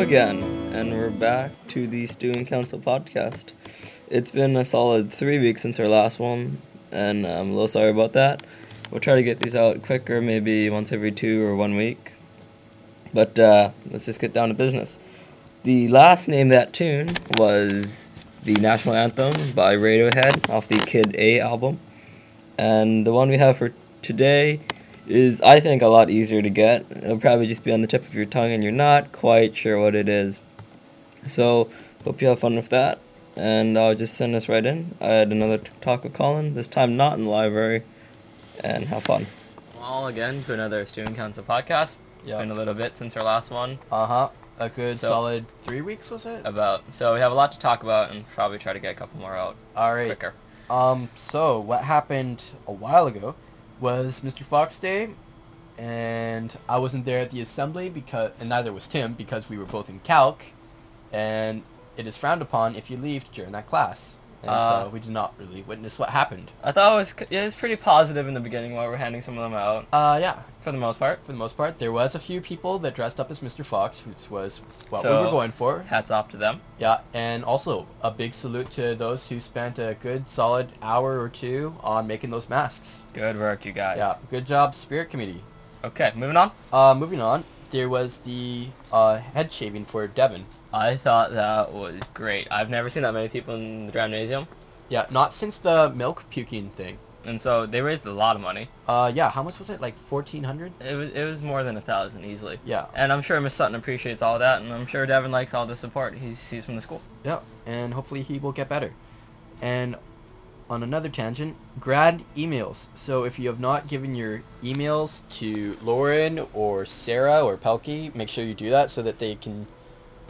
again, and we're back to the Student Council podcast. It's been a solid three weeks since our last one, and I'm a little sorry about that. We'll try to get these out quicker, maybe once every two or one week. But uh, let's just get down to business. The last name that tune was the National Anthem by Radiohead off the Kid A album. And the one we have for today is, I think, a lot easier to get. It'll probably just be on the tip of your tongue and you're not quite sure what it is. So, hope you have fun with that. And I'll just send us right in. I had another t- talk with Colin, this time not in the library. And have fun. All again to another Student Council podcast. It's Yeah. been a little bit since our last one. Uh huh. A good So- solid three weeks was it? About so we have a lot to talk about and probably try to get a couple more out All right. quicker. Um. So what happened a while ago was Mr. Fox Day, and I wasn't there at the assembly because, and neither was Tim because we were both in calc, and it is frowned upon if you leave during that class. And Uh. so we did not really witness what happened. I thought it was c- yeah, it was pretty positive in the beginning while we we're handing some of them out Uh, yeah. for the most part. For the most part, there was a few people that dressed up as Mr. Fox, which was what we So- were going for. Hats off to them. Yeah, and also a big salute to those who spent a good solid hour or two on making those masks. Good work, you guys. Yeah, good job, Spirit Committee. Okay, moving on. Uh, moving on, there was the uh, head shaving for Devin. I thought that was great. I've never seen that many people in the gymnasium, Yeah, not since the milk puking thing. and so they raised a lot of money. Uh, yeah, how much was it? Like fourteen hundred? It was it was more than a thousand easily. Yeah, And I'm sure Miss Sutton appreciates all that, and I'm sure Devin likes all the support he sees from the school. yeah, and hopefully he will get better. And on another tangent, grad emails. So if you have not given your emails to Lauren or Sarah or Pelkey, make sure you do that so that they can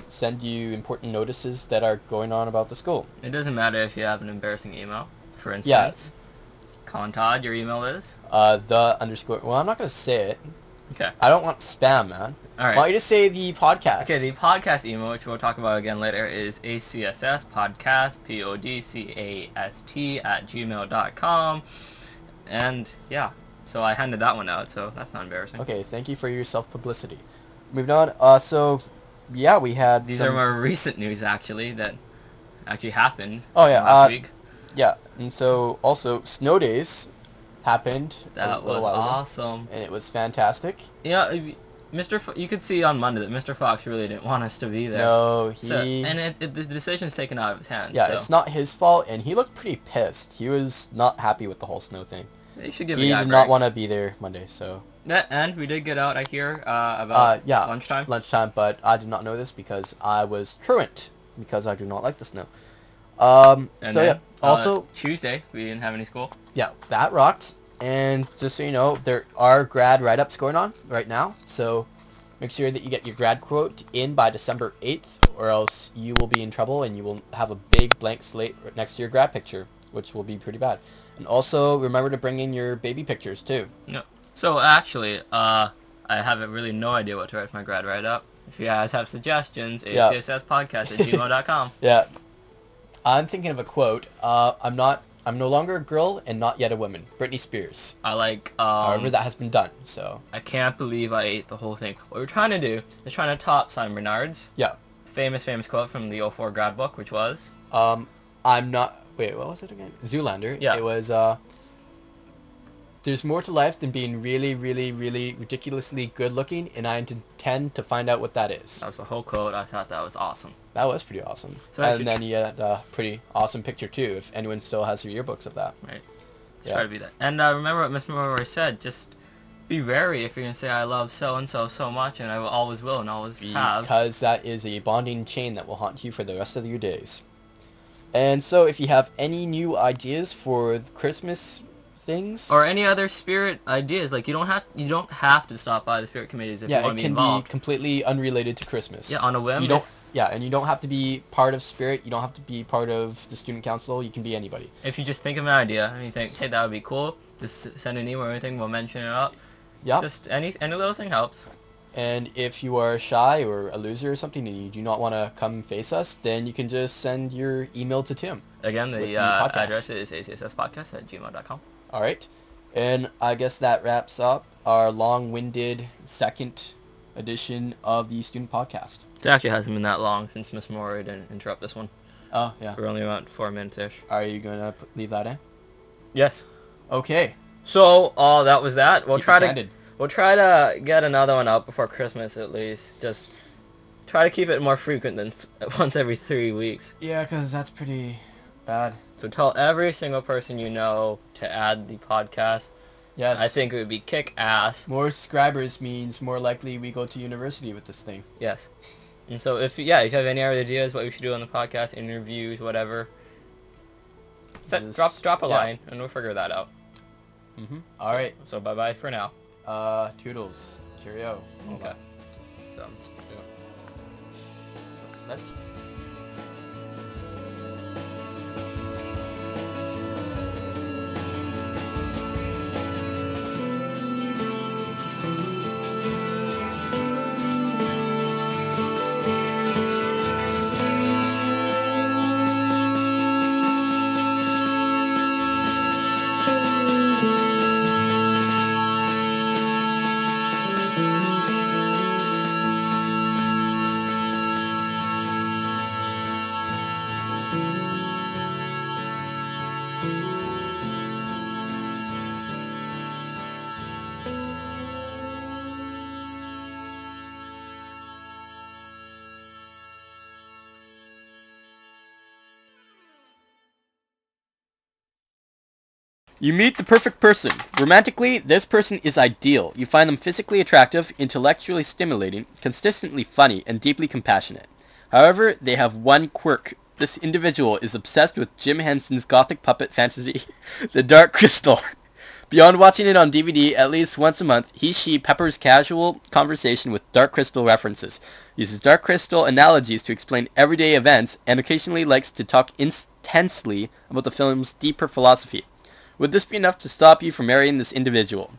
send you important notices that are going on about the school. It doesn't matter if you have an embarrassing email, for Yeah. instance. Contod, your email is. Uh, the underscore. Well, I'm not gonna say it. Okay. I don't want spam, man. All right. Why don't you just say the podcast? Okay, the podcast email, which we'll talk about again later, is acss podcast p o d c a s t at gmail.com. And yeah, so I handed that one out, so that's not embarrassing. Okay, thank you for your self publicity. Moving on. Uh, so yeah, we had These some- are more recent news actually that actually happened. Oh, yeah, from last uh, week. yeah, and so also snow days happened. a That was little while ago, awesome. and it was fantastic. Yeah, if- Mr. Fo- you could see on Monday that Mr. Fox really didn't want us to be there. No, he. So, and it, it, the decision's taken out of his hands. yeah, so it's not his fault, and he looked pretty pissed. He was not happy with the whole snow thing. they should give he a guy did a not break. want to be there Monday, so That- and we did get out, I hear, uh, about Uh, yeah. lunchtime. lunchtime, but I did not know this because I was truant because I do not like the snow. Um, And so then, yeah, uh, also Tuesday we didn't have any school. yeah, that rocked. And just so you know, there are grad write-ups going on right now, so make sure that you get your grad quote in by December 8th, or else you will be in trouble and you will have a big blank slate right next to your grad picture, which will be pretty bad. And also, remember to bring in your baby pictures, too. No. So actually, uh, I have really no idea what to write for my grad write up. If you guys have suggestions, Yeah. acssspodcast at gmail.com. Yeah. I'm thinking of a quote. Uh, I'm not... I'm no longer a girl and not yet a woman. Britney Spears. I like, However, um, that has been done, so... I can't believe I ate the whole thing. What we're trying to do is trying to top Simon Bernard's Yeah. famous, famous quote from the 04 grad book, which was, Um, I'm not. Wait, what was it again? Zoolander. Yeah. It was. Uh, There's more to life than being really, really, really ridiculously good looking, and I intend to find out what that is. that was the whole quote. I thought that was awesome. That was pretty awesome. So I should- and then you had a pretty awesome picture too, if anyone still has your yearbooks of that. Yeah. Try to be that. And uh, remember what Miss Murray said, just be wary if you're going to say I love so-and-so so much, and I will- always will and always have. Because that is a bonding chain that will haunt you for the rest of your days. And so, if you have any new ideas for Christmas things, or any other spirit ideas. Like you don't have you don't have to stop by the spirit committees if you yeah, want to be it can involved. be completely unrelated to Christmas. Yeah, on a whim. you don't yeah and you don't have to be part of spirit you don't have to be part of the student council you can be anybody if, if you just think of an idea and you think, hey, that would be cool, just s- send an email or anything. We'll mention it up. yeah Just any any little thing helps. and if you are shy or a loser or something and you do not want to come face us then you can just send your email to tim Again, the, With the uh, podcast. address is acsspodcast at gmail.com. all right and i guess that wraps up our long-winded second edition of the student podcast It actually hasn't been that long since Miss Mori didn't interrupt this one. Oh, yeah. We're only around four minutes ish. Are you going to leave that in? Yes. Okay. So, uh, that was that. We'll Keep it try to candid. we'll try to get another one up before Christmas at least. Just try to keep it more frequent than f- once every three weeks. Yeah, because that's pretty bad. So tell every single person you know to add the podcast. Yes. I think it would be kick ass. more subscribers means more likely we go to university with this thing. Yes. And so if yeah, if you have any other ideas what we should do on the podcast, interviews, whatever, set, Just- drop drop a yeah. line and we'll figure that out. Mm-hmm. All right. So bye bye for now. Uh, toodles. Cheerio. Hold Okay. on. So. Let's You meet the perfect person. Romantically, this person is ideal. You find them physically attractive, intellectually stimulating, consistently funny, and deeply compassionate. However, they have one quirk. This individual is obsessed with Jim Henson's gothic puppet fantasy, The Dark Crystal. Beyond watching it on DVD at least once a month, he she peppers casual conversation with Dark Crystal references, uses Dark Crystal analogies to explain everyday events, and occasionally likes to talk intensely about the film's deeper philosophy. Would this be enough to stop you from marrying this individual?